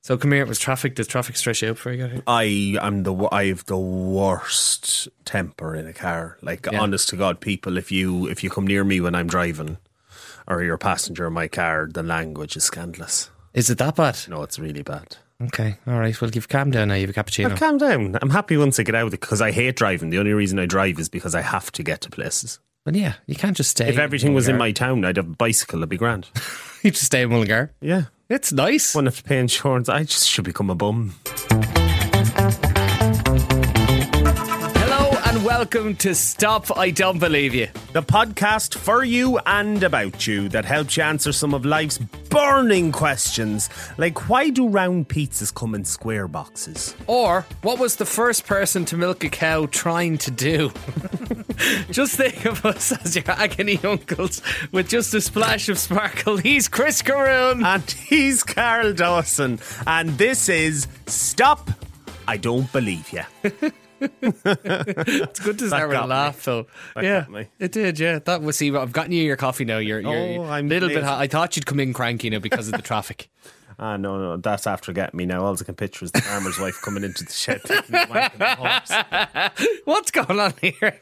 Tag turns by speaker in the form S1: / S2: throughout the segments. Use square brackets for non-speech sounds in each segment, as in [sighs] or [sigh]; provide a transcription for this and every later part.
S1: So come here. It was traffic. Did traffic stress you out before you got here?
S2: I am the wo- I have the worst temper in a car. Like
S1: Yeah.
S2: honest to God, people, if you if you come near me when I'm driving, or you're a passenger in my car, the language is scandalous.
S1: Is it that bad?
S2: No, it's really bad.
S1: Okay. All right. Well, you've calmed down now. You've a cappuccino.
S2: But calm down. I'm happy once I get out because I hate driving. The only reason I drive is because I have to get to places.
S1: Well, yeah, you can't just stay.
S2: If everything was in
S1: Mullingar.
S2: my town, I'd have a bicycle. That'd be grand. [laughs]
S1: you just stay in Mullingar. [laughs]
S2: Yeah.
S1: It's nice.
S2: Wouldn't have to pay insurance. I just should become a bum.
S1: Hello and welcome to Stop. I don't believe you.
S2: The podcast for you and about you that helps you answer some of life's burning questions, like why do round pizzas come in square boxes?
S1: Or what was the first person to milk a cow trying to do? [laughs] just think of us as your agony uncles with just a splash of sparkle. He's Chris Caroon.
S2: And [laughs] he's Carl Dawson, and this is Stop. I don't believe you.
S1: It's good to
S2: That
S1: start with a
S2: got me.
S1: laugh, though.
S2: That
S1: yeah,
S2: got me.
S1: it did. Yeah, that was. See, I've gotten you your coffee now. You're, you're
S2: Oh, I'm
S1: a little bit.
S2: late.
S1: Hot. I thought you'd come in cranky now because of the traffic.
S2: [laughs]
S1: [laughs]
S2: Ah, no, no, that's after getting me now. All I can picture is the farmer's wife coming into the [laughs] shed. taking the wank of the horse.
S1: What's going on here?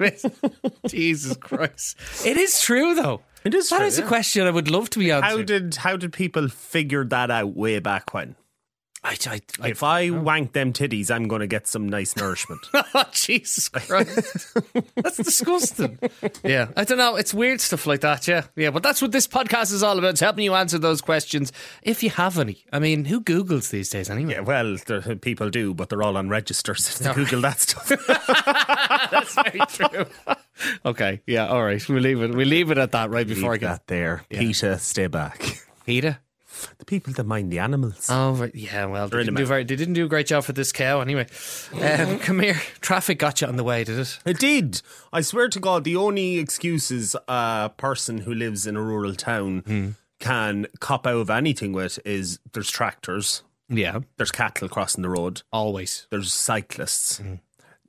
S2: [laughs]
S1: Jesus Christ! It is true, though.
S2: It is
S1: That
S2: true,
S1: is a
S2: yeah.
S1: question I would love to be
S2: [laughs]
S1: answered.
S2: How did how did people figure that out way back when?
S1: I, I, I,
S2: If I wank them titties, I'm going to get some nice nourishment.
S1: [laughs] Oh, Jesus Christ. that's
S2: [laughs]
S1: disgusting. Yeah. I don't know. It's weird stuff like that. Yeah. Yeah. But that's what this podcast is all about. It's helping you answer those questions if you have any. I mean, who Googles these days anyway?
S2: Yeah, well, there, people do, but they're all on registers. [laughs] If they
S1: All right.
S2: Google that
S1: [laughs]
S2: stuff.
S1: That's very true. okay. Yeah. All right. We'll leave it. We'll leave it at that right before
S2: Leave
S1: I
S2: that
S1: get
S2: there. Peter, stay back.
S1: Peter.
S2: The people that mind the animals. [laughs]
S1: Oh, right. yeah. Well, they
S2: in the
S1: didn't, do
S2: mouth.
S1: very, they didn't do a great job for this cow anyway. Um, come here. Traffic got you on the way, did it?
S2: it did. I swear to God, the only excuses a person who lives in a rural town
S1: Hmm.
S2: can cop out of anything with is there's tractors,
S1: Yeah.
S2: there's cattle crossing the road,
S1: Always.
S2: there's cyclists.
S1: Hmm.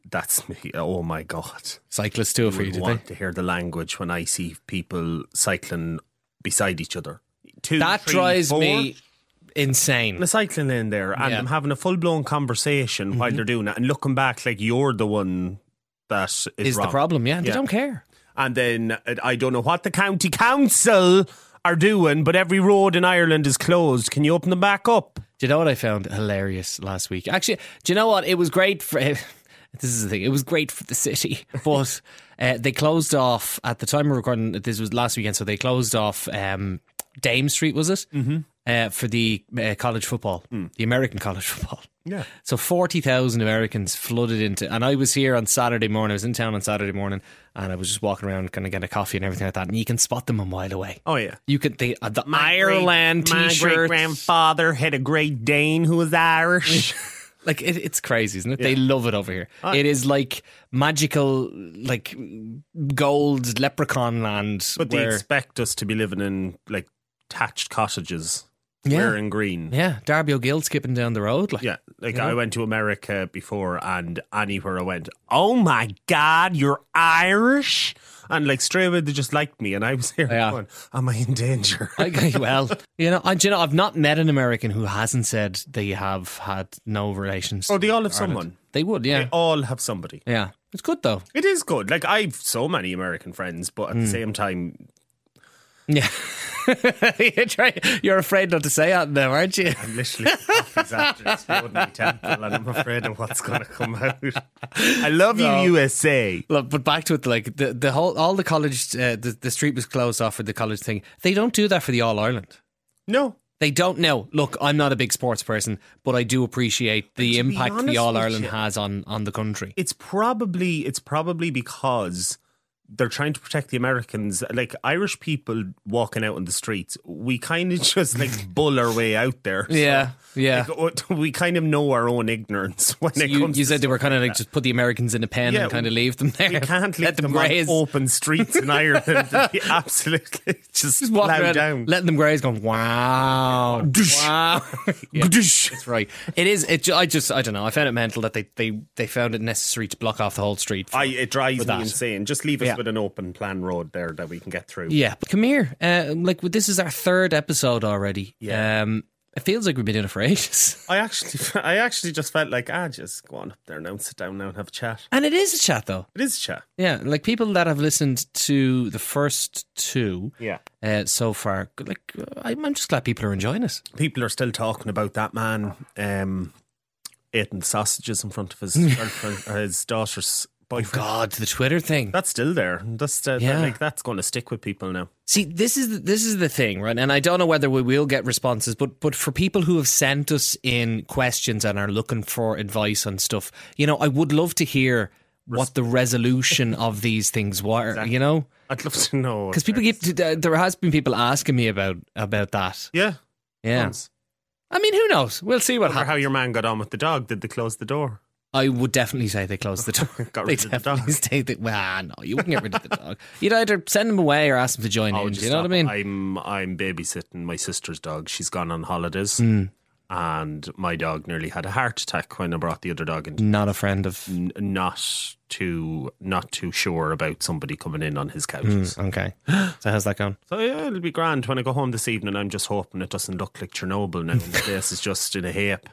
S2: That's me. Oh my God.
S1: Cyclists do it for you, did
S2: would
S1: they?
S2: want to hear the language when I see people cycling beside each other. Two,
S1: That
S2: three,
S1: drives
S2: four.
S1: me insane.
S2: the cycling in there and
S1: Yeah.
S2: them having a full blown conversation while they're doing it and looking back like you're the one that is,
S1: Is the
S2: wrong.
S1: problem, yeah. They
S2: Yeah.
S1: don't care.
S2: And then uh, I don't know what the county council are doing, but every road in Ireland is closed. Can you open them back up?
S1: Do you know what I found hilarious last week? Actually, do you know what? It was great for. [laughs] This is the thing. It was great for the city, [laughs] but uh, they closed off at the time of recording. This was last weekend, so they closed off um, Dame Street. Was it mm-hmm. uh, for the uh, college football, the American [laughs] college football?
S2: Mm. Yeah.
S1: So forty thousand Americans flooded into, and I was here on Saturday morning. I was in town on Saturday morning, and I was just walking around, kind of getting a coffee and everything like that. And you can spot them a mile away.
S2: Oh yeah.
S1: You could the uh, the Ireland
S2: My great- My great
S1: t-shirts.
S2: grandfather had a Great Dane who was Irish.
S1: Like it, it's crazy, isn't it? They love it over here. It is like magical, like gold leprechaun land.
S2: but [laughs] they
S1: where,
S2: expect us to be living in like thatched cottages,
S1: Yeah.
S2: wearing green.
S1: yeah, Darby O'Gill skipping down the road. Like,
S2: Yeah, like I went to America before, and anywhere I went, oh my god, you're Irish, and like straight away they just liked me, and I was here
S1: Yeah.
S2: going, am I in danger?
S1: I- well, you know, I, do you know, I've not met an American who hasn't said they have had no relations.
S2: Oh,
S1: to
S2: they all have
S1: Ireland.
S2: someone.
S1: They would,
S2: They
S1: yeah,
S2: all have somebody.
S1: yeah. It's good
S2: [laughs]
S1: though.
S2: It is good. Like I've so many American friends, but
S1: Hmm.
S2: at the same time,
S1: Yeah, you're, trying, you're afraid not to say that now, aren't you?
S2: I'm literally [laughs] coffees after exploding my temple, and I'm afraid of what's going to come out. I love
S1: No.
S2: you, USA.
S1: Look, but back to it, like the the whole all the college uh, the the street was closed off for the college thing. They don't do that for the All Ireland.
S2: No,
S1: They don't know. Look, I'm not a big sports person, but I do appreciate the
S2: to be
S1: impact the
S2: honest
S1: All
S2: with
S1: Ireland
S2: you-
S1: has on on the country.
S2: it's probably it's probably because they're trying to protect the Americans. Like Irish people walking out on the streets, we kind of
S1: [laughs]
S2: just like bull our way out there. So,
S1: yeah, yeah.
S2: like, what- we kind of know our own ignorance when it
S1: you,
S2: comes.
S1: you
S2: to
S1: said they were kind of like just put the Americans in a pen
S2: Yeah,
S1: and kind of leave them there.
S2: we can't leave
S1: let them,
S2: them,
S1: graze.
S2: on open streets in Ireland. It'd be absolutely [laughs] just,
S1: Just [laughs] walk
S2: plow
S1: around,
S2: down.
S1: letting them graze, going wow, wow. [laughs] Yeah. That's right. It is. It. ju- I just. I don't know. I found it mental that they they they found it necessary to block off the whole street. for-
S2: I, it drives
S1: With
S2: me
S1: that.
S2: insane. Just leave us
S1: Yeah.
S2: with an open plan road there that we can get through.
S1: Yeah, but come here. Uh, like this is our third episode already.
S2: Yeah.
S1: Um, It feels like we've been doing it for ages. [laughs]
S2: I actually, [laughs] I actually just felt like, ah, just go on up there now, sit down now and have a chat.
S1: And it is a chat, though.
S2: It is a chat.
S1: Yeah, like people that have listened to the first two
S2: Yeah.
S1: uh, so far, like uh, I'm I'm just glad people are enjoying it.
S2: People are still talking about that man um, eating sausages in front
S1: [laughs]
S2: of his girlfriend, or his daughter's boyfriend.
S1: Oh, God, the Twitter thing.
S2: That's still there. That's uh,
S1: Yeah.
S2: like that's going to stick with people now.
S1: See, this is the, this is the thing, right? And I don't know whether we will get responses, but but for people who have sent us in questions and are looking for advice on stuff, you know, I would love to hear what the resolution of these things were. You know,
S2: I'd love to know
S1: because people keep there there has been people asking me about about that.
S2: Yeah.
S1: Yeah,
S2: Tons.
S1: I mean, who knows? We'll see what
S2: Wonder
S1: happens.
S2: how your man got on with the dog. Did they close the door? [laughs]
S1: I would definitely say they closed the door.
S2: Got
S1: they
S2: rid of
S1: [laughs]
S2: the
S1: definitely
S2: dog.
S1: stayed. The, well, no, you wouldn't get rid of the dog. You'd either send them away or ask them to join in. Do
S2: just
S1: you know what I
S2: stop.
S1: mean?
S2: I'm I'm babysitting my sister's dog. She's gone on holidays,
S1: Hmm.
S2: and my dog nearly had a heart attack when I brought the other dog in.
S1: Not a friend of.
S2: N- Not too not too sure about somebody coming in on his
S1: [gasps]
S2: couch.
S1: Hmm. Okay, so how's that going?
S2: So yeah, it'll be grand when I go home this evening. I'm just hoping it doesn't look like Chernobyl now.
S1: [laughs]
S2: and the place is just in a heap.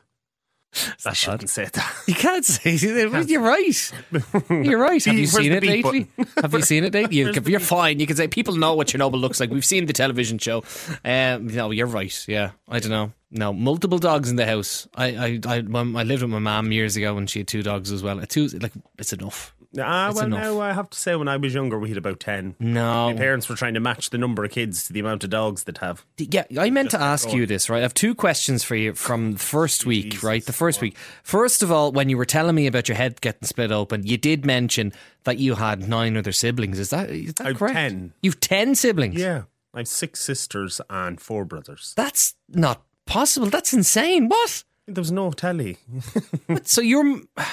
S2: I shouldn't say that.
S1: You can't say You're right. You're right. Have you
S2: Where's
S1: seen
S2: the
S1: it
S2: beep
S1: lately? [laughs] Have you seen it lately? You, are fine. You can say people know what Chernobyl looks like. We've seen the television show. Um, no, you're right. Yeah, I don't know. No, multiple dogs in the house. I I I, when I lived with my mum years ago, and she had two dogs as well. Two, like it's enough.
S2: Ah, well,
S1: enough.
S2: now I have to say, when I was younger, we had about ten.
S1: No,
S2: Parents were trying to match the number of kids to the amount of dogs that have.
S1: Yeah, I meant to ask you this, right? I have two questions for you from the first week, right? The first week. First of all, when you were telling me about your head getting split open, you did mention that you had nine other siblings. Is that, is that
S2: I've
S1: correct?
S2: 10.
S1: You've 10 siblings?
S2: Yeah. I have six sisters and four brothers.
S1: That's not possible. That's insane. What?
S2: There was no telly.
S1: what? So your [sighs]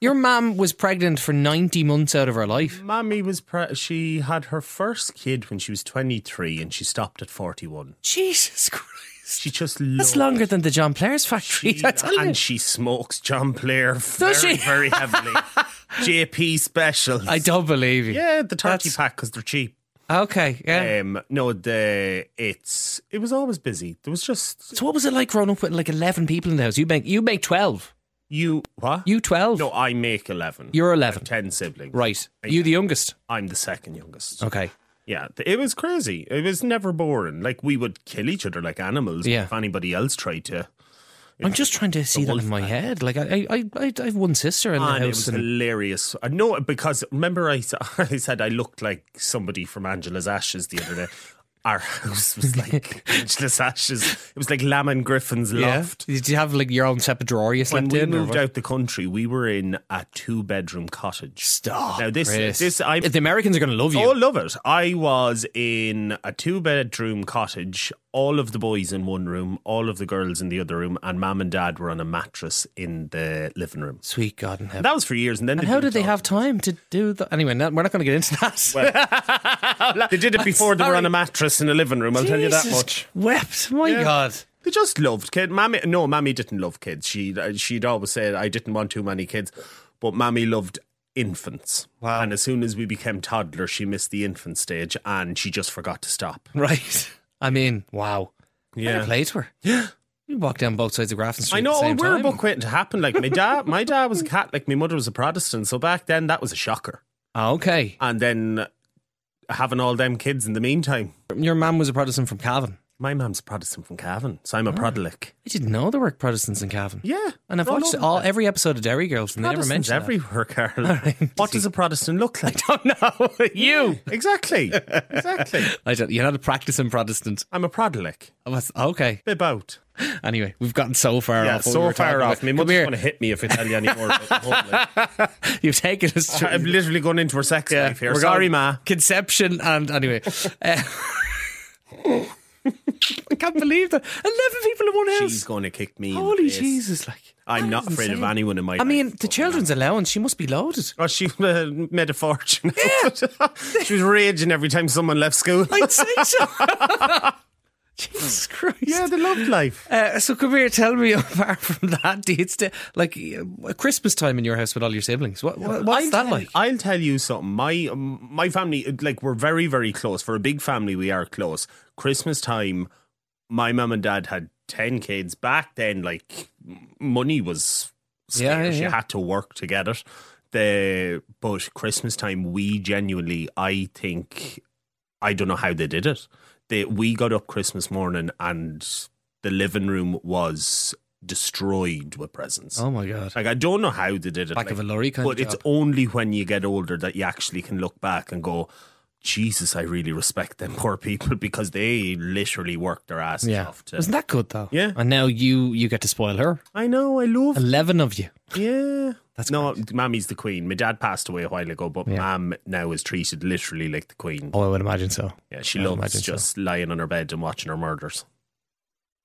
S1: your mum was pregnant for 90 months out of her life.
S2: Mammy was pre- she had her first kid when she was 23 and she stopped at 41.
S1: Jesus Christ.
S2: She just
S1: That's
S2: loved
S1: longer than the John Players factory. [laughs]
S2: she,
S1: I tell you.
S2: and she smokes John
S1: [laughs]
S2: Player very,
S1: she?
S2: very
S1: [laughs]
S2: heavily. JP specials.
S1: I don't believe you.
S2: yeah, the 30
S1: That's-
S2: pack because they're cheap.
S1: Okay. Yeah.
S2: Um, no, the it's it was always busy. There was just
S1: So what was it like growing up with like eleven people in the house? You make you make twelve.
S2: you what
S1: You twelve.
S2: No, I make eleven.
S1: You're eleven.
S2: ten siblings.
S1: Right. Oh. You the youngest.
S2: I'm the second youngest.
S1: Okay.
S2: Yeah, th- it was crazy. It was never boring. Like we would kill each other like animals.
S1: Yeah.
S2: If anybody else tried to,
S1: I'm just trying to see that in my head. Like I, I, I, I have one sister in the
S2: Ah, and it
S1: house,
S2: was
S1: and
S2: hilarious. I know because remember I, s- [laughs] I said I looked like somebody from Angela's Ashes the other day. Our house was
S1: [laughs]
S2: like Angela's Ashes. It was like Lamb and Griffin's
S1: yeah.
S2: loft.
S1: Did you have like your own separate drawer you
S2: When
S1: slept
S2: we
S1: in? or
S2: moved
S1: what?
S2: out the country, we were in a two-bedroom cottage.
S1: Stop.
S2: Now this,
S1: Chris.
S2: this, I
S1: the Americans are going to love you.
S2: Oh, love it. I was in a two bedroom cottage, all of the boys in one room, all of the girls in the other room, and mum and dad were on a mattress in the living room.
S1: Sweet God in heaven.
S2: That was for years. And then
S1: and how did they have time to do that? Anyway, no, we're not going to get into that.
S2: They did it before they were on a mattress in a living room, I'll tell you that
S1: Jesus
S2: much.
S1: Wept. My God.
S2: They just loved kids. Mammy, no, Mammy didn't love kids. She, uh, she'd always said, I didn't want too many kids, but Mammy loved infants. Wow. And as soon as we became toddlers, she missed the infant stage and she just forgot to stop.
S1: Right. I mean, wow.
S2: Yeah.
S1: Fair play to her. Yeah. You walk down both sides of Grafton Street.
S2: I
S1: At
S2: know
S1: the same
S2: we're
S1: time.
S2: about waiting to happen. Like my dad, [laughs] my dad was a Catholic, my mother was a Protestant. So back then, that was a shocker.
S1: Ah, okay.
S2: And then having all them kids in the meantime.
S1: Your mum was a Protestant from Cavan.
S2: My mum's a Protestant from Cavan, so I'm a Prodelic.
S1: I didn't know there were Protestants in Cavan.
S2: Ah. Yeah,
S1: And I've
S2: all
S1: watched
S2: over
S1: all
S2: the
S1: every episode of Dairy Girls and they never
S2: Protestants
S1: mentioned
S2: [laughs] everywhere, Carl. What does a Protestant
S1: [laughs]
S2: look like?
S1: that. Oh
S2: [laughs]
S1: no, you.
S2: exactly, exactly.
S1: [laughs] I don't, you're not a practicing Protestant.
S2: I'm a Prodelic.
S1: I was- okay.
S2: Bib out.
S1: Anyway, we've gotten so far
S2: Yeah,
S1: off. what we
S2: so
S1: were
S2: far
S1: talking
S2: off.
S1: About.
S2: My
S1: Come
S2: mother's
S1: here.
S2: going to hit me if I tell you any more. About the [laughs] whole, like,
S1: You've taken us.
S2: Oh, I'm
S1: Through,
S2: literally going into her sex life here.
S1: we're
S2: Sorry,
S1: going
S2: ma.
S1: Conception and
S2: [laughs]
S1: anyway. [laughs] Uh, I can't believe that. Eleven people in one house.
S2: She's going to kick me. in the
S1: Holy
S2: face.
S1: Jesus! Like
S2: I'm
S1: that
S2: not
S1: is
S2: afraid of
S1: insane.
S2: anyone in my
S1: I
S2: life.
S1: mean, the children's allowance. She must be loaded.
S2: Oh, she uh, made a fortune. [laughs] she was raging every time someone left school.
S1: I'd say so.
S2: [laughs]
S1: Jesus Christ.
S2: yeah, they loved life.
S1: Uh, so come here, tell me. [laughs] Apart from that, do you still like uh, Christmas time in your house with all your siblings? What, what what's
S2: I'll
S1: that
S2: tell,
S1: like?
S2: I'll tell you something. My um, my family, like, we're very, very close. For a big family, we are close. Christmas time, my mum and dad had 10 kids back then, like money was scarce.
S1: Yeah, yeah, yeah.
S2: You had to work to get it. The but Christmas time, we genuinely, I think, I don't know how they did it. They, we got up Christmas morning and the living room was destroyed with presents.
S1: Oh my god.
S2: Like I don't know how they did it.
S1: Back
S2: like,
S1: of a lorry kind of
S2: but it's
S1: job.
S2: only when you get older that you actually can look back and go, Jesus, I really respect them poor people [laughs] because they literally worked their asses
S1: Yeah.
S2: off. To,
S1: Wasn't that good though?
S2: Yeah.
S1: And now you you get to spoil her.
S2: I know, I love.
S1: Eleven of you.
S2: Yeah,
S1: That's
S2: no, Mammy's the queen. My dad passed away a while ago, but
S1: Yeah.
S2: Mam now is treated literally like the queen.
S1: Oh, I would imagine so.
S2: Yeah, she
S1: I
S2: loves
S1: imagine so.
S2: just lying on her bed and watching her murders.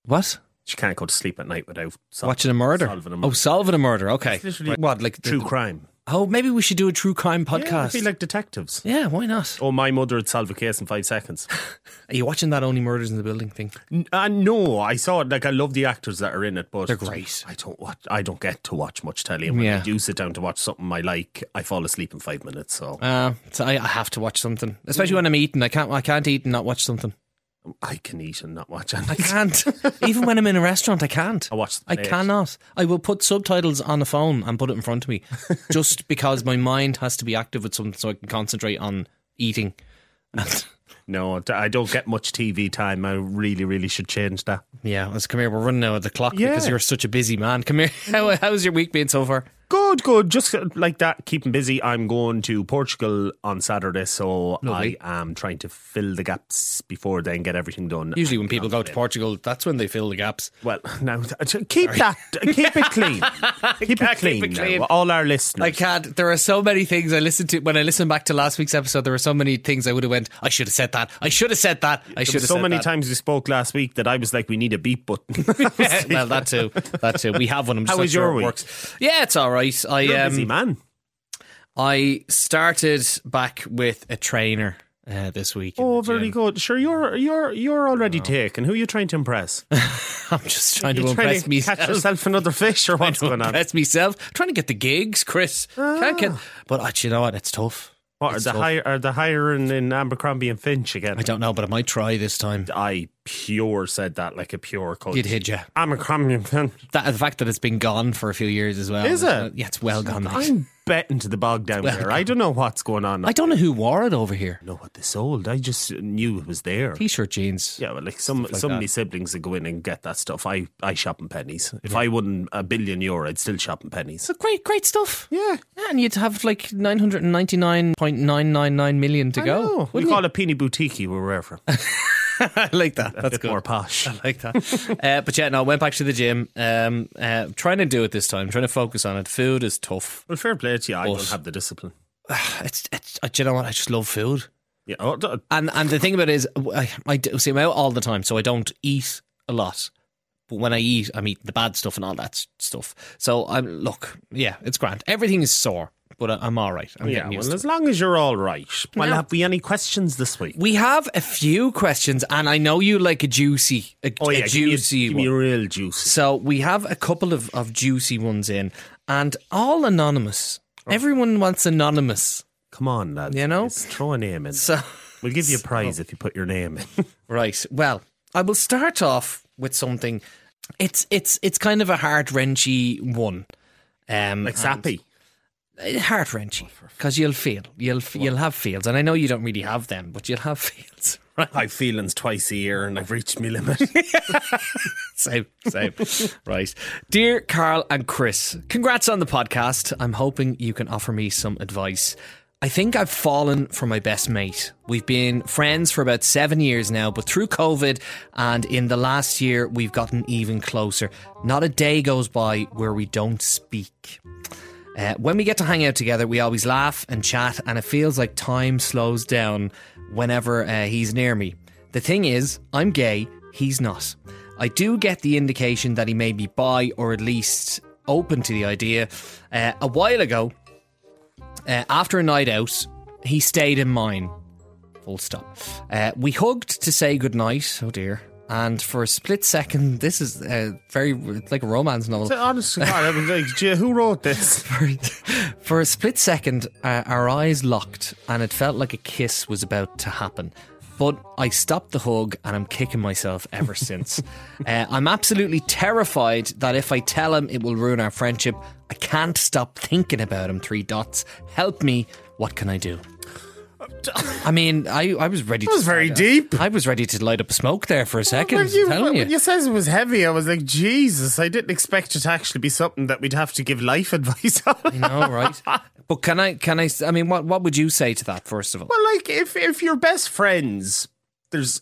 S1: What?
S2: She can't go to sleep at night without sol-
S1: Watching a murder.
S2: solving a
S1: Oh,
S2: murder.
S1: solving a murder. Okay.
S2: It's literally
S1: what? Like the-
S2: true crime
S1: Oh, maybe we should do a true crime
S2: Yeah,
S1: podcast.
S2: be like detectives.
S1: Yeah, why not?
S2: Oh, my mother would solve a case in five seconds.
S1: Are you watching that Only Murders in the Building thing?
S2: N- Uh, no, I saw it. Like I love the actors that are in it, but
S1: They're great.
S2: I don't watch. I don't get to watch much telly. And when
S1: Yeah.
S2: I do sit down to watch something I like, I fall asleep in five minutes. So
S1: Uh, so I, I have to watch something, especially when I'm eating. I can't. I can't eat and not watch something.
S2: I can eat and not watch. [laughs]
S1: I
S2: anything.
S1: can't. Even when I'm in a restaurant, I can't.
S2: I watched.
S1: I cannot. I will put subtitles on a phone and put it in front of
S2: [laughs]
S1: me, just because my mind has to be active with something so I can concentrate on eating. And-
S2: No, t- I don't get much TV time. I really, really should change that.
S1: yeah, let's come here. We're running out of the clock because
S2: Yeah.
S1: you're such a busy man. Come here. [laughs] How, how's your week been so far?
S2: Good, good. Just uh, like that, keeping busy. I'm going to Portugal on Saturday, so
S1: Lovely.
S2: I am trying to fill the gaps before then get everything done.
S1: Usually, when people go to Portugal, that's when they fill the gaps.
S2: Well, [laughs] now t- keep that, keep it clean,
S1: [laughs]
S2: keep it clean.
S1: it clean.
S2: now, all our listeners.
S1: I can't. There are so many things I listened to when I listened back to last week's episode. There were so many things I would have went. I should have said that. I should have said that. I should have
S2: so
S1: said
S2: many
S1: that."
S2: times we spoke last week that I was like, we need a beep button. [laughs]
S1: [laughs] well, um, that too. That too. We have one. I'm just
S2: How
S1: not
S2: was
S1: sure
S2: your
S1: it
S2: week?
S1: works. Yeah, it's all right. I
S2: You're a
S1: um,
S2: busy man.
S1: I started back with a trainer uh, this week. in
S2: Oh,
S1: the
S2: very
S1: gym.
S2: good. Sure, you're you're you're already
S1: Oh.
S2: taken. Who are you trying to impress?
S1: [laughs] I'm just trying to
S2: you trying
S1: impress
S2: to catch
S1: myself.
S2: yourself another fish
S1: [laughs]
S2: or what's going on? Ah.
S1: Impress myself. Trying to get the gigs, Chris. Can't get. But uh, do you know what? It's tough.
S2: What, are
S1: It's
S2: the
S1: tough.
S2: higher are the hiring in Abercrombie and Finch again?
S1: I don't know, but I might try this time.
S2: I pure said that like a pure cult.
S1: You'd hit ya.
S2: Abercrombie and Finch.
S1: That the fact that it's been gone for a few years as well.
S2: Is it?
S1: Yeah, it's well gone. mate.
S2: I'm betting to the bog down there. I don't know what's going on. I
S1: I don't know who wore it over here.
S2: don't know what they sold. I just knew it was there.
S1: T-shirt jeans.
S2: Yeah, well, like some some of my siblings would go in and get that stuff. I I shop in pennies. If I won a billion euro, I'd still shop in pennies.
S1: So great, great stuff.
S2: Yeah,
S1: Yeah, and you'd have like 999.999 million to go.
S2: no, we
S1: wouldn't
S2: Oh, call it Peony Boutique. Where we're from,
S1: you? [laughs] I like that. That's [laughs]
S2: bit more posh.
S1: like that. uh, but yeah, no, I went back to the gym. Um, uh, trying to do it this time, trying to focus on it. Food is tough. [sighs]
S2: Well, fair play to you. I don't have the discipline.
S1: It's, it's, uh, do you know what? I just love food.
S2: Yeah, oh, d-
S1: And and the thing about it is, I, I do, see, I'm out all the time, so I don't eat a lot. But when I eat, I'm eating the bad stuff and all that s- stuff. So I'm look, yeah, it's grand. Everything is sore, but I, I'm all right. I'm
S2: yeah.
S1: getting used
S2: Well,
S1: to it.
S2: as long as you're all right. Well,
S1: No.
S2: have we any questions this week?
S1: We have a few questions, and I know you like a juicy, a,
S2: Oh
S1: a
S2: yeah, give me, a,
S1: juicy
S2: give
S1: one.
S2: me a real juice.
S1: So we have a couple of, of juicy ones in, and all anonymous.
S2: Oh.
S1: Everyone wants anonymous.
S2: Come on, lad.
S1: You know?
S2: Just throw a name in.
S1: So [laughs]
S2: We'll give you a prize if you put your name in. [laughs]
S1: right, well, I will start off with something. It's it's it's kind of a heart wrenchy one. Um,
S2: like Sappy.
S1: heart wrenchy because you'll feel you'll f- you'll have feels, and I know you don't really have them, but you'll have [laughs] feels. Right.
S2: I have feelings twice a year and I've reached my limit.
S1: [laughs] Same, same. right. Dear Carl and Chris, congrats on the podcast. I'm hoping you can offer me some advice. I think I've fallen for my best mate. We've been friends for about seven years now, but through COVID and in the last year, we've gotten even closer. Not a day goes by where we don't speak. Uh, when we get to hang out together, we always laugh and chat, and it feels like time slows down whenever uh, he's near me. The thing is, I'm gay, he's not. I do get the indication that he may be bi or at least open to the idea. Uh, a while ago, uh, after a night out, he stayed in mine. Full stop. Uh, we hugged to say goodnight. Oh dear. And for a split second, this is uh, very, it's like a romance novel.
S2: Honest to God, I was like, "Gee, who wrote this?
S1: For a split second, uh, our eyes locked, and it felt like a kiss was about to happen. But I stopped the hug and I'm kicking myself
S2: [laughs]
S1: ever since. uh, I'm absolutely terrified that if I tell him, it will ruin our friendship. I can't stop thinking about him. Three dots. Help me. What can I do? I mean, I, I was ready. That to
S2: was very
S1: start-
S2: deep.
S1: I was ready to light up a smoke there for a second.
S2: When you,
S1: I'm telling
S2: when you says it was heavy, I was like, Jesus, I didn't expect it to actually be something that we'd have to give life [laughs] advice on.
S1: No,
S2: [laughs]
S1: right. But can I? Can I? I mean, what what would you say to that? First of all,
S2: Well, like if if you're best friends, there's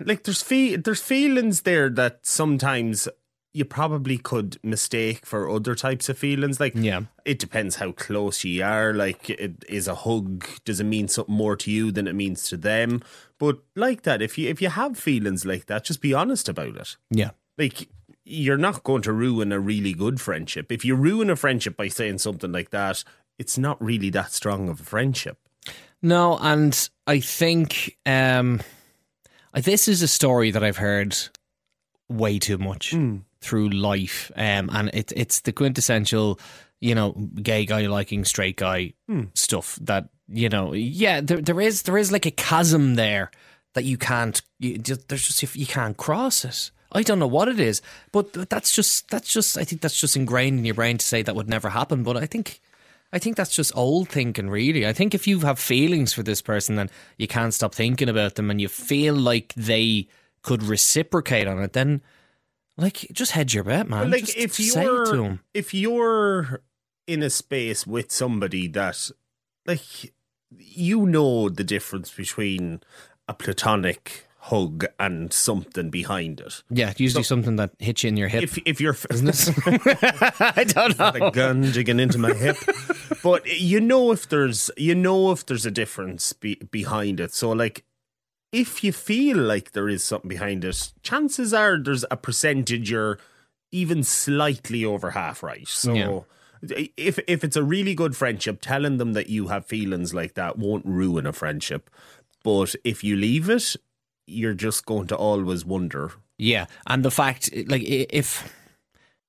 S2: like there's fe- there's feelings there that sometimes you probably could mistake for other types of feelings. Like
S1: Yeah.
S2: it depends how close you are. Like it is a hug. Does it mean something more to you than it means to them? But like that, if you if you have feelings like that, just be honest about it.
S1: yeah,
S2: like you're not going to ruin a really good friendship. If you ruin a friendship by saying something like that, it's not really that strong of a friendship.
S1: no, and I think um, I- this is a story that I've heard way too much through life, um, and it, it's the quintessential, you know, gay guy liking straight guy stuff. That you know, yeah, there there is there is like a chasm there that you can't. You just, there's just you can't cross it. I don't know what it is, but that's just that's just I think that's just ingrained in your brain to say that would never happen. But I think. I think that's just old thinking, really. I think if you have feelings for this person, then you can't stop thinking about them, and you feel like they could reciprocate on it. Then like, just hedge your bet, man.
S2: like
S1: just
S2: if
S1: say it to
S2: you're
S1: 'em.
S2: if you're in a space with somebody that like you know the difference between a platonic hug and something behind it.
S1: yeah, usually something that hits you in your hip.
S2: If if [laughs] you're
S1: [laughs] I don't know.
S2: a gun digging into my
S1: [laughs]
S2: hip. But you know if there's you know if there's a difference be, behind it. So like if you feel like there is something behind it, chances are there's a percentage you're even slightly over half right. So
S1: Yeah.
S2: if if it's a really good friendship, telling them that you have feelings like that won't ruin a friendship. But if you leave it, you're just going to always wonder.
S1: Yeah, and the fact, like, i- if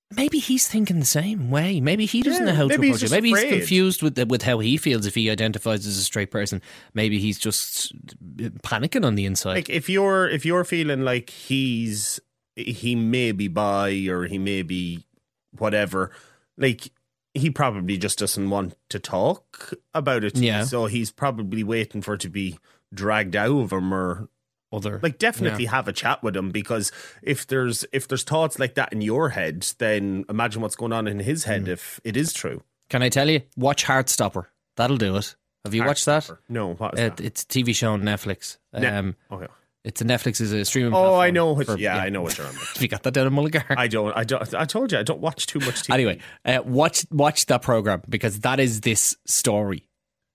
S1: maybe he's thinking the same way. Maybe he doesn't
S2: Yeah,
S1: know how to
S2: maybe he's
S1: approach it.
S2: just
S1: Maybe
S2: afraid.
S1: he's confused with the, with how he feels if he identifies as a straight person. Maybe he's just uh, panicking on the inside.
S2: like if you're if you're feeling like he's he may be bi or he may be whatever like he probably just doesn't want to talk about it
S1: Yeah.
S2: so he's probably waiting for it to be dragged out of him or
S1: Other
S2: like definitely have a chat with him because if there's if there's thoughts like that in your head then imagine what's going on in his
S1: Mm.
S2: head if it is true
S1: Can I tell you? Watch Heartstopper. That'll do it. Have you watched that?
S2: no what is
S1: Uh,
S2: that?
S1: it's a TV show on Netflix.
S2: Ne-
S1: Um,
S2: okay.
S1: it's a Netflix is a streaming.
S2: oh i
S1: platform
S2: know what
S1: for- [laughs]
S2: yeah, i know what you're on about.
S1: Have you got that down in Mulligar?
S2: i don't i don't i told you i don't watch too
S1: [laughs]
S2: much tv
S1: anyway, uh, watch watch that program because that is this story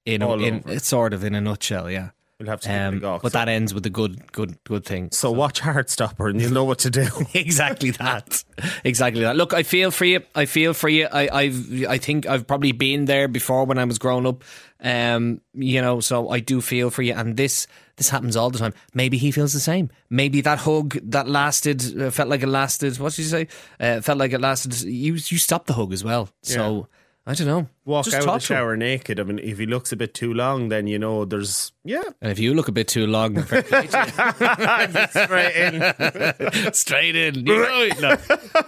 S1: in a,
S2: All
S1: in
S2: over.
S1: sort of in a nutshell. Yeah,
S2: we'll have to give it a
S1: um,
S2: go
S1: but that ends with a good good good thing.
S2: So watch Heartstopper and you'll know what
S1: [laughs]
S2: to do.
S1: exactly that. Exactly that. Look, I feel for you. I feel for you. I, I've, I think I've probably been there before when I was growing up. Um, you know, so I do feel for you. And this, this happens all the time. Maybe he feels the same. Maybe that hug that lasted uh, felt like it lasted. What did you say? Uh, felt like it lasted. You, you stopped the hug as well. So I don't know.
S2: Walk
S1: Just
S2: out of
S1: talk
S2: the
S1: to him.
S2: shower naked. I mean, if he looks a bit too long, then you know there's yeah.
S1: [laughs] And if you look a bit too long, [laughs]
S2: [laughs]
S1: then fair play to
S2: Straight in.
S1: you. straight in.
S2: [laughs]
S1: You know it. No.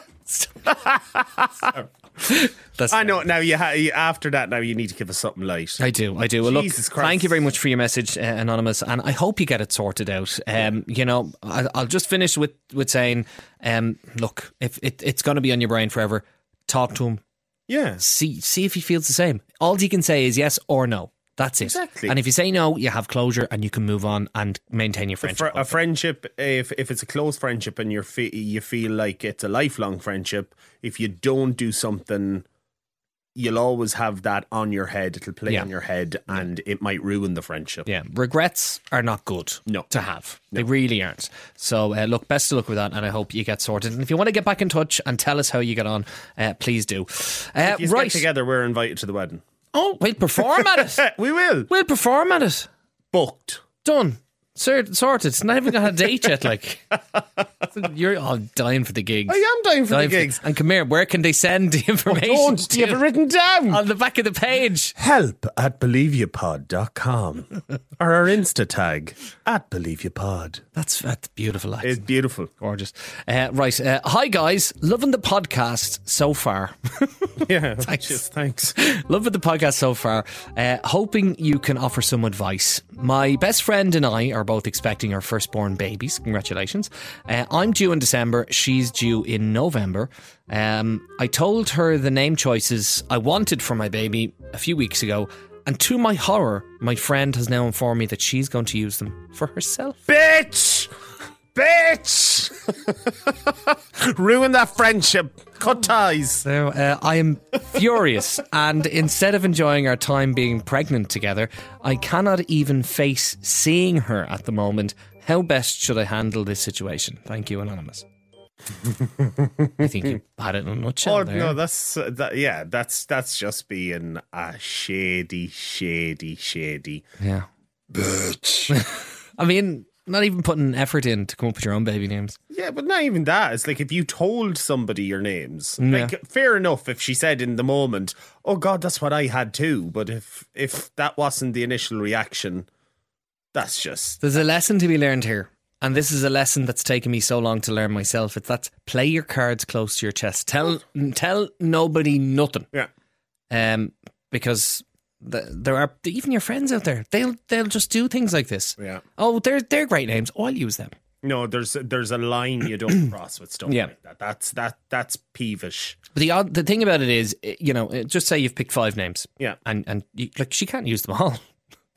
S1: That's
S2: I know. Now you ha- you- after that, now you need to give us something light.
S1: I do, I do. Well, look,
S2: Jesus Christ.
S1: thank you very much for your message, uh, anonymous, and I hope you get it sorted out. Um, you know, I, I'll just finish with with saying, um, look, if it, it's going to be on your brain forever, talk to him,
S2: Yeah.
S1: see see if he feels the same. All you can say is yes or no. That's it.
S2: Exactly.
S1: And if you say no, you have closure and you can move on and maintain your friendship.
S2: For a friendship, if if it's a close friendship and you're fe- you feel like it's a lifelong friendship, if you don't do something, you'll always have that on your head. It'll play
S1: Yeah.
S2: on your head, and it might ruin the friendship.
S1: Yeah, regrets are not good
S2: No.
S1: to have. They really aren't. So, uh, look, best of luck with that, and I hope you get sorted. And if you want to get back in touch and tell us how you get on, uh, please do. Uh,
S2: If you
S1: right.
S2: stick together, we're invited to the wedding. Eh, [laughs]
S1: Oh, we'll perform at it.
S2: We will
S1: We'll perform at it.
S2: booked.
S1: Done. Sir, sorted. It's not even got a date yet.
S2: [laughs]
S1: Like, you're all dying for the gigs.
S2: I am dying for
S1: Dying
S2: the gigs. Oh,
S1: and come here. Where can they send the information?
S2: Don't. Do you have it written down?
S1: on the back of the page.
S2: Uh, Help at [laughs] believeyoupod.com or our Insta tag at believeyoupod.
S1: That's that's beautiful. Accent.
S2: It's beautiful. [laughs]
S1: gorgeous. Uh, right. Uh, hi, guys. Loving the podcast so far.
S2: Yeah, thanks. thanks.
S1: [laughs] Loving the podcast so far. Uh, hoping you can offer some advice. My best friend and I are both expecting our firstborn babies. Congratulations. Uh, I'm due in December. She's due in November. Um, I told her the name choices I wanted for my baby a few weeks ago. And to my horror, my friend has now informed me that she's going to use them for herself.
S2: Bitch! Bitch! [laughs] Ruin that friendship. Cut ties.
S1: So uh, I am furious, and instead of enjoying our time being pregnant together, I cannot even face seeing her at the moment. How best should I handle this situation? Thank you, Anonymous. I think you had it in a nutshell
S2: Or,
S1: there.
S2: no, that's uh, that, yeah. That's that's just being a shady, shady, shady
S1: yeah.
S2: bitch.
S1: I mean, not even putting effort in to come up with your own baby names.
S2: yeah, but not even that. It's like if you told somebody your names, like fair enough. If she said in the moment, "Oh God, that's what I had too," but if if that wasn't the initial reaction, that's just
S1: There's a lesson to be learned here. And this is a lesson that's taken me so long to learn myself. It's that play your cards close to your chest. Tell tell nobody nothing.
S2: yeah.
S1: um, because th- there are even your friends out there. They'll they'll just do things like this.
S2: Yeah.
S1: Oh, they're they're great names. Oh, I'll use them.
S2: No, there's there's a line
S1: [clears throat]
S2: you don't cross with stuff
S1: Yeah.
S2: like that. That's that that's peevish.
S1: But the odd the thing about it is, eh, you know, eh, just say you've picked five names.
S2: Yeah.
S1: And and you, like she can't use them all. [laughs]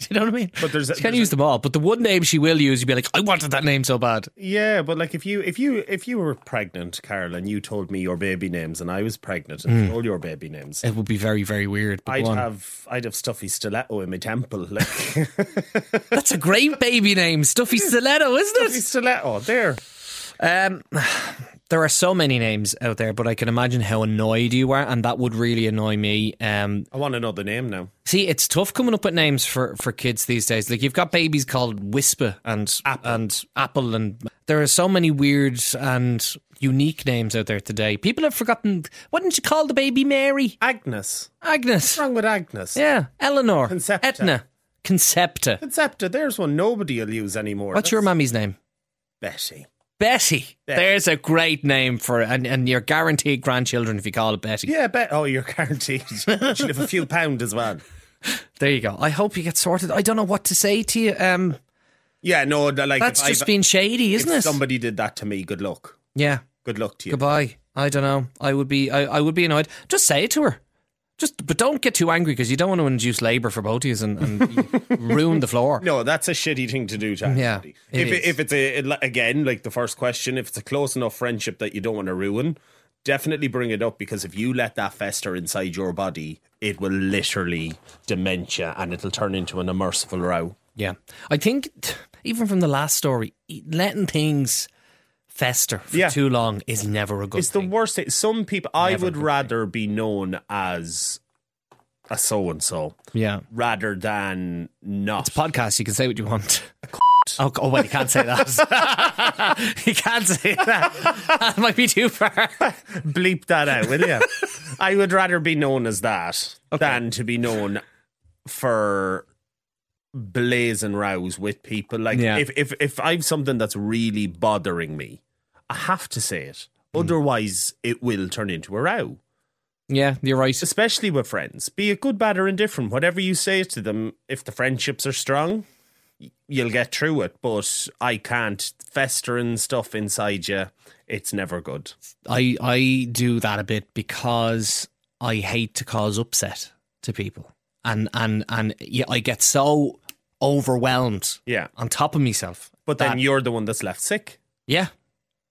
S1: you know what I mean?
S2: But there's a-
S1: she can't
S2: there's a-
S1: use them all. But the one name she will use, you'd be like, I wanted that name so bad.
S2: Yeah, but like if you if you if you were pregnant, Carol, and you told me your baby names, and I was pregnant and told your baby names,
S1: It would be very very weird. But
S2: I'd
S1: Mm. go on.
S2: have I'd have stuffy stiletto in my temple, [laughs] like stuffy
S1: that's a great baby name, Stuffy Stiletto, isn't it?
S2: stiletto. There,
S1: Um, [sighs] there are so many names out there, but I can imagine how annoyed you are, and that would really annoy me. Um,
S2: I want another name now.
S1: See, it's tough coming up with names for, for kids these days. Like you've got babies called Whisper and Apple. and Apple, and there are so many weird and unique names out there today. People have forgotten. Why didn't you call the baby Mary,
S2: Agnes.
S1: Agnes?
S2: What's wrong with Agnes?
S1: Yeah, Eleanor,
S2: Concepta.
S1: Etna, Concepta.
S2: Concepta. There's one nobody will use anymore.
S1: What's your
S2: That's
S1: mummy's name?
S2: Betty?
S1: Betty.
S2: Betty.
S1: There's a great name for it, and and you're guaranteed grandchildren if you call it Betty.
S2: Yeah, Bet. Oh, you're [laughs] guaranteed. She'll have a few pound as well.
S1: There you go. I hope you get sorted. I don't know what to say to you. Um,
S2: Yeah, no, like
S1: that's
S2: if
S1: just
S2: I've,
S1: being shady, isn't
S2: if
S1: it?
S2: somebody did that to me, good luck.
S1: yeah.
S2: Good luck to you.
S1: goodbye. I don't know. I would be. I, I would be annoyed. Just say it to her. Just, but don't get too angry because you don't want to induce labour for both of you and, and [laughs] ruin the floor.
S2: No, that's a shitty thing to do to
S1: Yeah,
S2: anybody.
S1: it
S2: if, it,
S1: is.
S2: if it's a it- again like the first question, if it's a close enough friendship that you don't want to ruin, definitely bring it up because if you let that fester inside your body, it will literally dementia and it'll turn into an immersible row.
S1: Yeah, I think t- even from the last story, e- letting things fester for
S2: Yeah.
S1: too long is never a good
S2: It's the
S1: thing.
S2: worst. Thing. Some people, I would rather be known as a so and so
S1: yeah,
S2: rather than not.
S1: podcast. You can say what you want.
S2: [laughs]
S1: Oh, oh well, you can't say that. [laughs] you can't say that. [laughs] That might be too far. [laughs]
S2: Bleep that out, will you? I would rather be known as that than to be known for blazing rows with people. Like
S1: Yeah.
S2: if if if I've something that's really bothering me, I have to say it. Otherwise, it will turn into a row,
S1: Yeah, you're right.
S2: especially with friends. Be it good, bad, or indifferent. Whatever you say to them, if the friendships are strong, y- you'll get through it. But I can't festering stuff inside you. It's never good.
S1: I I do that a bit because I hate to cause upset to people, and and and yeah, I get so overwhelmed
S2: Yeah.
S1: on top of myself.
S2: But then you're the one that's left sick.
S1: Yeah,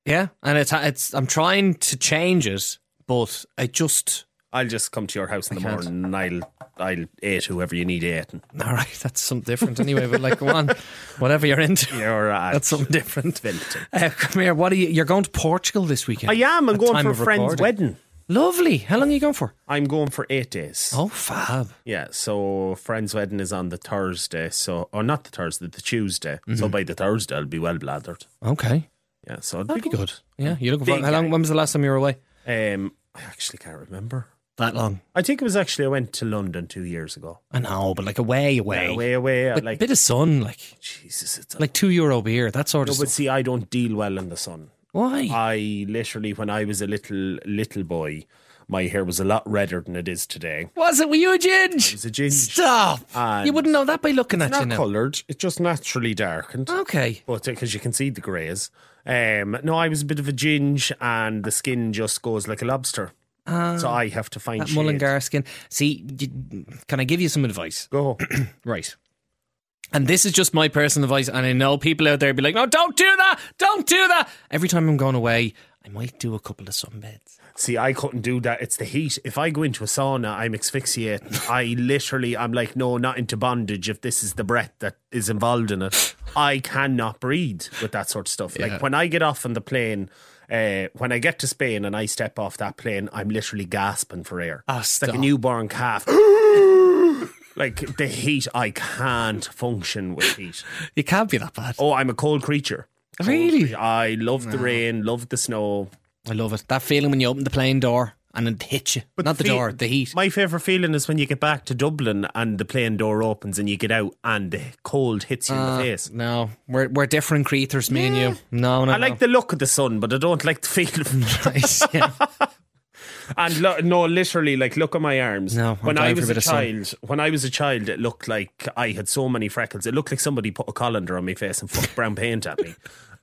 S1: yeah, and it's it's I'm trying to change it, but I just [laughs]
S2: I'll just come to your house in the
S1: can't.
S2: morning and I'll I'll eat whoever you need eating.
S1: all right. That's something different anyway. But like, come on, whatever you're into,
S2: You're right.
S1: that's something different.
S2: filthy.
S1: Uh, come here. What are you? You're going to Portugal this weekend?
S2: I am. I'm
S1: At
S2: going
S1: time
S2: for a
S1: of
S2: friend's
S1: recording.
S2: wedding.
S1: Lovely. How long are you going for?
S2: I'm going for eight days.
S1: Oh, fab.
S2: Yeah, so friend's wedding is on the Thursday, so or not the Thursday, the Tuesday.
S1: Mm-hmm.
S2: So by the Thursday, I'll be well blathered.
S1: Okay.
S2: Yeah, so it'll
S1: That'd be good. Yeah, you're looking
S2: Big
S1: for how long?
S2: guy.
S1: When was the last time you were away?
S2: Um, I actually can't remember.
S1: That long?
S2: I think it was actually I went to London two years ago.
S1: I know, but like away, away,
S2: Away, away. I
S1: But
S2: like
S1: bit of sun, like
S2: Jesus, it's like.
S1: like two euro beer, that sort of stuff.
S2: But see, I don't deal well in the sun.
S1: Why?
S2: I literally, when I was a little little boy, my hair was a lot redder than it is today.
S1: was it? Were you a
S2: It
S1: ginge?
S2: was a ginger,
S1: Stop!
S2: And-
S1: you wouldn't know that by looking at you
S2: not
S1: now.
S2: coloured. It's just naturally darkened.
S1: Okay.
S2: but because you can see the greys. Um, no, I was a bit of a ginge, and the skin just goes like a lobster. so I have to find
S1: Ah. That
S2: shade.
S1: Mullingar skin. See, you- can I give you some advice?
S2: Go.
S1: Right. And this is just my personal advice, and I know people out there be like, no, don't do that! Don't do that! Every time I'm going away, I might do a couple of sunbeds.
S2: see, I couldn't do that. It's the heat. If I go into a sauna,
S1: [laughs]
S2: I'm asphyxiating. I literally, I'm like, no, not into bondage. If this is the breath that is involved in it, I cannot breathe with that sort of stuff.
S1: Yeah.
S2: Like when I get off on the plane. Uh, when I get to Spain and I step off that plane, I'm literally gasping for air.
S1: Ah,
S2: it's like a
S1: stop.
S2: newborn calf. [gasps] like the heat, I can't function with heat.
S1: It can't be that bad.
S2: Oh, I'm a cold creature. Cold
S1: Really?
S2: creature. I love the rain, love the snow.
S1: I love it. That feeling when you open the plane door and it hits you. Not the
S2: fe-
S1: door, the heat.
S2: My favourite feeling is when you get back to Dublin and the plane door opens and you get out and the cold hits you
S1: Ah.
S2: in the face.
S1: No, we're we're different creatures, me and you. No, no,
S2: I like the look of the sun, but I don't like the feel of
S1: [laughs]
S2: it.
S1: the
S2: [laughs]
S1: yeah.
S2: And lo- no, literally, like look at my arms.
S1: No, I'm
S2: when
S1: dying
S2: I
S1: for a
S2: was
S1: bit
S2: a
S1: of sun.
S2: child, when I was a child, it looked like I had so many freckles. It looked like somebody put a colander on my face and fucked brown paint at
S1: [laughs]
S2: me.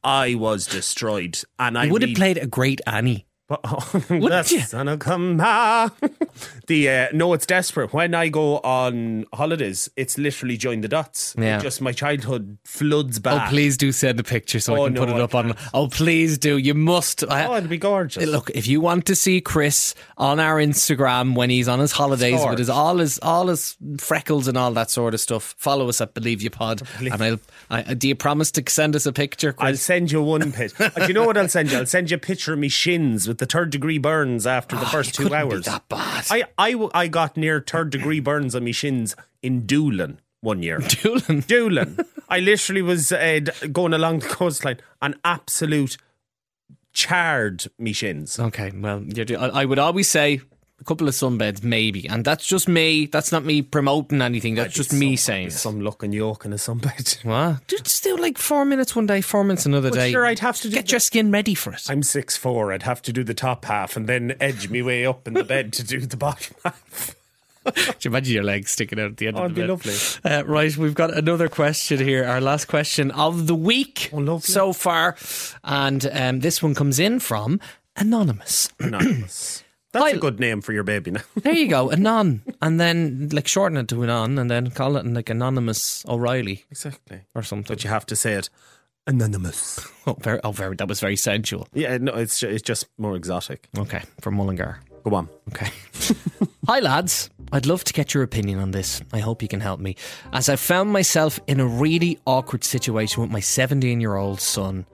S2: I was destroyed, and I
S1: would have
S2: really-
S1: played a great Annie.
S2: But [laughs] oh, that's
S1: you?
S2: gonna come out. [laughs] the uh, no, it's desperate. When I go on holidays, it's literally join the dots. It
S1: Yeah.
S2: just my childhood floods
S1: Oh,
S2: back.
S1: please do send the picture so I
S2: Ah. Oh,
S1: can
S2: no,
S1: put it
S2: I
S1: up on. Oh, please do. You must. I,
S2: Oh, it'd be gorgeous.
S1: Look, if you want to see Chris on our Instagram when he's on his holidays
S2: Sure.
S1: with his all his all his freckles and all that sort of stuff, follow us at Believe You Pod, and I'll. I, do you promise to send us a picture,
S2: I'll
S1: Chris?
S2: send you one pit.
S1: [laughs]
S2: Do you know what I'll send you? I'll send you a picture of me shins with the third degree burns after the first two
S1: Oh, Couldn't be
S2: hours.
S1: that bad.
S2: I, I, w- I got near third degree burns on my shins in Doolin one year.
S1: Doolin.
S2: [laughs] Doolin. I literally was uh, d- going along the [laughs] coastline and absolute charred me shins.
S1: Okay, well, you're, do- I I would always say a couple of sunbeds, maybe, and that's just me. That's not me promoting anything. That's just me saying. it.
S2: Some luck and yoke and a sunbed.
S1: What? Dude, just do like four minutes one day, four minutes another day.
S2: sure, I'd have to do
S1: get
S2: the-
S1: your skin ready for it.
S2: I'm six four. I'd have to do the top half and then edge me way up in the bed to do the bottom [laughs] half.
S1: Could you [laughs] imagine your legs sticking out at the end
S2: Oh,
S1: of the
S2: it'd
S1: bed?
S2: be
S1: lovely. Uh, right, we've got another question here. Our last question of the week
S2: Oh, lovely.
S1: so far, and um, this one comes in from anonymous. [laughs]
S2: Anonymous. That's a good name for your baby [laughs] now.
S1: There you go, anon, and then like shorten it to anon, and then call it like anonymous O'Reilly
S2: Exactly.
S1: or something.
S2: But you have to say it anonymous.
S1: Oh, very, oh, very. That was very sensual.
S2: Yeah, no, it's ju- it's just more exotic.
S1: Okay, from Mullingar.
S2: Go on.
S1: Okay. [laughs] Hi, lads. I'd love to get your opinion on this. I hope you can help me. As I found myself in a really awkward situation with my 17 year old son.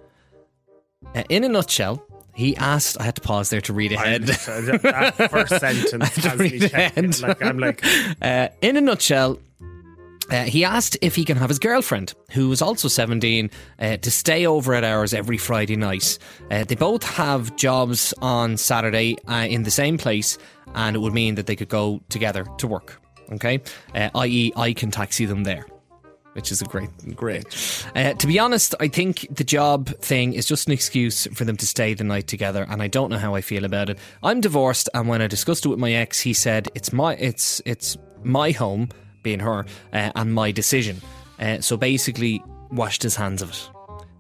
S1: Uh, in a nutshell, he asked, I had to pause there to read
S2: [laughs]
S1: ahead.
S2: that first sentence has me
S1: read
S2: checking.
S1: ahead.
S2: Like I'm like,
S1: Uh, in a nutshell, uh, he asked if he can have his girlfriend, who is also 17, uh, to stay over at ours every Friday night. Uh, they both have jobs on Saturday uh, in the same place, and it would mean that they could go together to work. Okay? Uh, i.e., I can taxi them there, which is a great
S2: great.
S1: uh, to be honest, I think the job thing is just an excuse for them to stay the night together, and I don't know how I feel about it. I'm divorced, and when I discussed it with my ex, he said it's my it's it's my home, being her, uh, and my decision. Uh, so basically, washed his hands of it.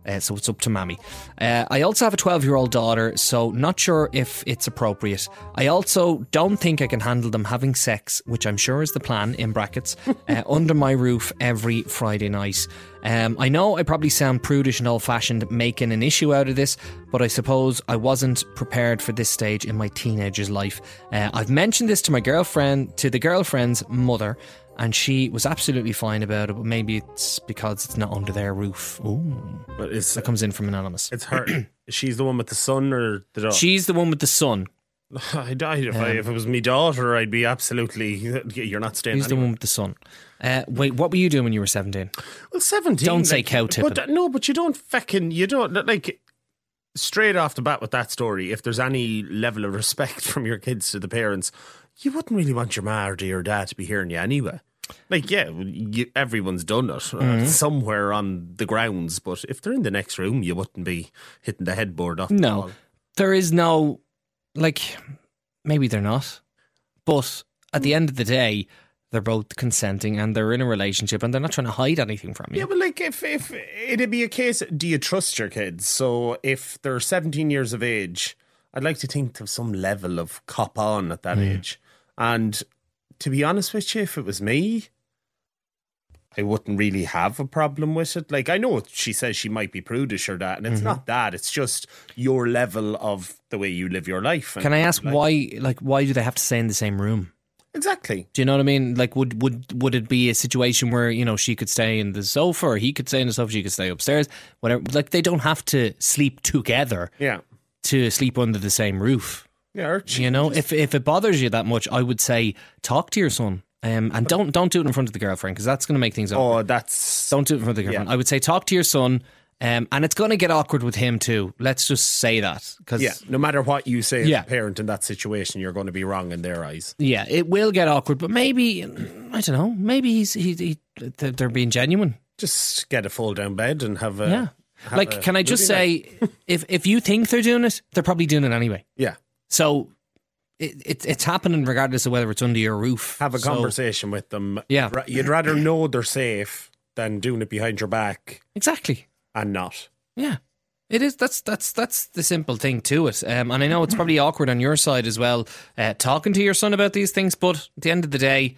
S1: Uh, so it's up to mammy. Uh, I also have a 12 year old daughter, so not sure if it's appropriate. I also don't think I can handle them having sex, which I'm sure is the plan, in brackets, uh, under my roof every Friday night. Um, I know I probably sound prudish and old fashioned making an issue out of this, but I suppose I wasn't prepared for this stage in my teenager's life. Uh, I've mentioned this to my girlfriend, to the girlfriend's mother, and she was absolutely fine about it, but maybe it's because it's not under their roof. Ooh
S2: But it's
S1: that comes in from anonymous.
S2: [sighs] it's her. she's the one with the son or the dog.
S1: She's the one with the son.
S2: I died if I if it was me daughter, I'd be absolutely. You're not staying.
S1: Who's the
S2: anywhere.
S1: one with the son? Uh, wait, what were you doing when you were 17?
S2: Well, seventeen.
S1: Don't say cow
S2: But
S1: tipping.
S2: no, but you don't fucking. You don't like. Straight off the bat with that story, if there's any level of respect [laughs] from your kids to the parents, you wouldn't really want your ma or your dad to be hearing you anyway. Like, yeah, you, everyone's done it uh,
S1: Mm-hmm.
S2: somewhere on the grounds, but if they're in the next room, you wouldn't be hitting the headboard off. The
S1: No,
S2: wall.
S1: there is no, like, maybe they're not. But at the end of the day, they're both consenting and they're in a relationship and they're not trying to hide anything from you.
S2: Yeah, but like if if it'd be a case, do you trust your kids? So if they're seventeen years of age, I'd like to think of some level of cop on at
S1: Hmm.
S2: that age. And to be honest with you, if it was me, I wouldn't really have a problem with it. Like I know she says she might be prudish or that, and
S1: Mm-hmm.
S2: it's not that. It's just your level of the way you live your life. And
S1: Can I ask
S2: like-
S1: why, like, why do they have to stay in the same room?
S2: Exactly.
S1: Do you know what I mean? Like, would would would it be a situation where you know she could stay in the sofa, or he could stay in the sofa, she could stay upstairs, whatever? Like, they don't have to sleep together
S2: Yeah.
S1: to sleep under the same roof.
S2: Yeah. Or she
S1: You know, if if it bothers you that much, I would say talk to your son, um, and don't don't do it in front of the girlfriend because that's going to make things. awkward.
S2: Oh, that's
S1: Don't do it in front of the girlfriend. I would say talk to your son, um, and it's going to get awkward with him too. Let's just say that because
S2: Yeah, no matter what you say as
S1: Yeah.
S2: a parent in that situation, you're going to be wrong in their eyes.
S1: yeah, it will get awkward. But maybe I don't know. Maybe he's he, he they're they're being genuine.
S2: Just get a fold down bed and have a
S1: Yeah.
S2: have
S1: Like,
S2: a
S1: can I just
S2: movie night.
S1: say,
S2: [laughs]
S1: if if you think they're doing it, they're probably doing it anyway.
S2: yeah,
S1: So it, it it's happening regardless of whether it's under your roof.
S2: have a
S1: So-
S2: conversation with them.
S1: Yeah.
S2: Ra- you'd rather know they're safe than doing it behind your back
S1: Exactly.
S2: and not.
S1: Yeah. It is. That's that's that's the simple thing to it. Um, and I know it's probably awkward on your side as well, uh, talking to your son about these things. But at the end of the day,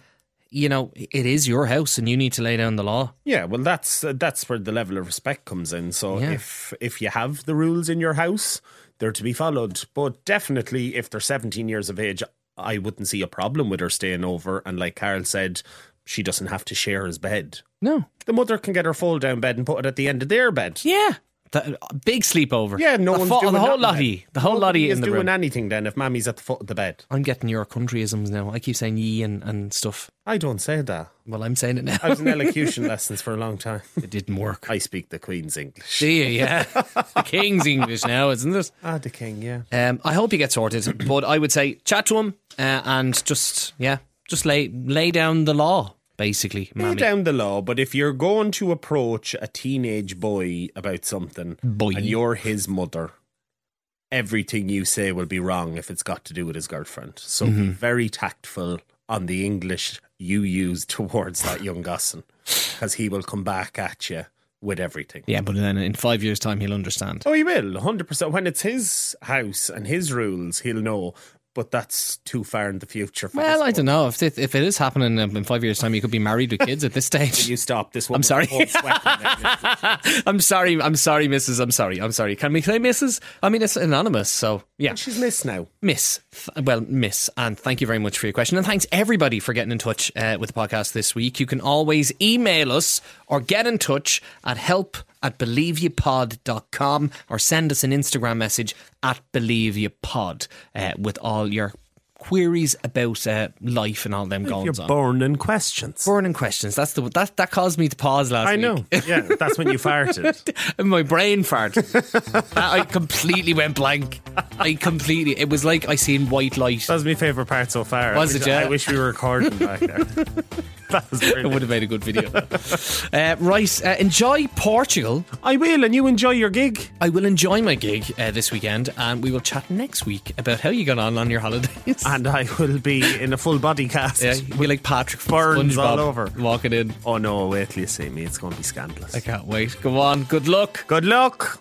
S1: you know, it is your house, and you need to lay down the law.
S2: Yeah, well, that's uh, that's where the level of respect comes in. So
S1: Yeah.
S2: if if you have the rules in your house, they're to be followed. But definitely, if they're 17 years of age, I wouldn't see a problem with her staying over. And like Carl said, she doesn't have to share his bed.
S1: No.
S2: The mother can get her fold down bed and put it at the end of their bed.
S1: Yeah. That, big sleepover.
S2: Yeah, no
S1: the
S2: one's
S1: fo-
S2: doing
S1: the whole
S2: nothing then.
S1: lotty. The whole lotty
S2: Nobody
S1: in
S2: is
S1: the
S2: doing
S1: room.
S2: anything then if mammy's at the foot of the bed.
S1: I'm getting your countryisms now. I keep saying ye and, and stuff.
S2: I don't say that.
S1: Well, I'm saying it now.
S2: I was
S1: [laughs]
S2: in elocution lessons for a long time.
S1: it didn't work.
S2: I speak the Queen's English.
S1: Do you? Yeah. the King's English now, isn't it?
S2: Ah, the King, yeah.
S1: Um, I hope you get sorted, but I would say chat to him uh, and just, yeah, just lay lay down the law, basically,
S2: Lay
S1: mammy.
S2: down the law, but if you're going to approach a teenage boy about something
S1: Boy.
S2: and you're his mother, everything you say will be wrong if it's got to do with his girlfriend. So
S1: Mm-hmm.
S2: be very tactful on the English you use [laughs] towards that young gossin because he will come back at you with everything.
S1: Yeah, but then in five years' time, he'll understand.
S2: Oh, he will, hundred percent. When it's his house and his rules, he'll know. But that's too far in the future. For
S1: Well,
S2: this
S1: I don't know. If it, if it is happening um, in five years' time, you could be married with kids at this
S2: one.
S1: stage. [laughs]
S2: [laughs] You stop this one. I'm
S1: sorry. [laughs]
S2: Sweating
S1: I'm sorry. I'm sorry, Mrs. I'm sorry. I'm sorry. Can we say Mrs.? I mean, it's anonymous, so yeah.
S2: She's missed now.
S1: Miss, th- well, Miss, and thank you very much for your question. And thanks everybody for getting in touch uh, with the podcast this week. You can always email us or get in touch at help at believeyoupod.com or send us an Instagram message at believeyoupod uh, with all your queries about uh, life and all them goings on.
S2: burning questions.
S1: Burning questions. That's the that that caused me to pause last
S2: I
S1: week.
S2: know. Yeah, that's when you
S1: [laughs]
S2: farted.
S1: My brain farted. [laughs] I completely went blank. I completely. It was like I seen white light.
S2: That was my favorite part so far.
S1: Was
S2: I wish,
S1: it, yeah?
S2: I wish we were recording back there. [laughs] that was
S1: It would
S2: brilliant.
S1: have made a good video. [laughs] uh, right, uh, enjoy Portugal.
S2: I will, and you enjoy your gig.
S1: I will enjoy my gig uh, this weekend, and we will chat next week about how you got on on your holidays.
S2: And I will be in a full body
S1: [laughs]
S2: cast.
S1: yeah, you'll be like Patrick from
S2: Burns
S1: SpongeBob
S2: all over.
S1: walking in.
S2: Oh no! Wait till you see me. It's going to be scandalous.
S1: I can't wait. Go on. Good luck.
S2: Good luck.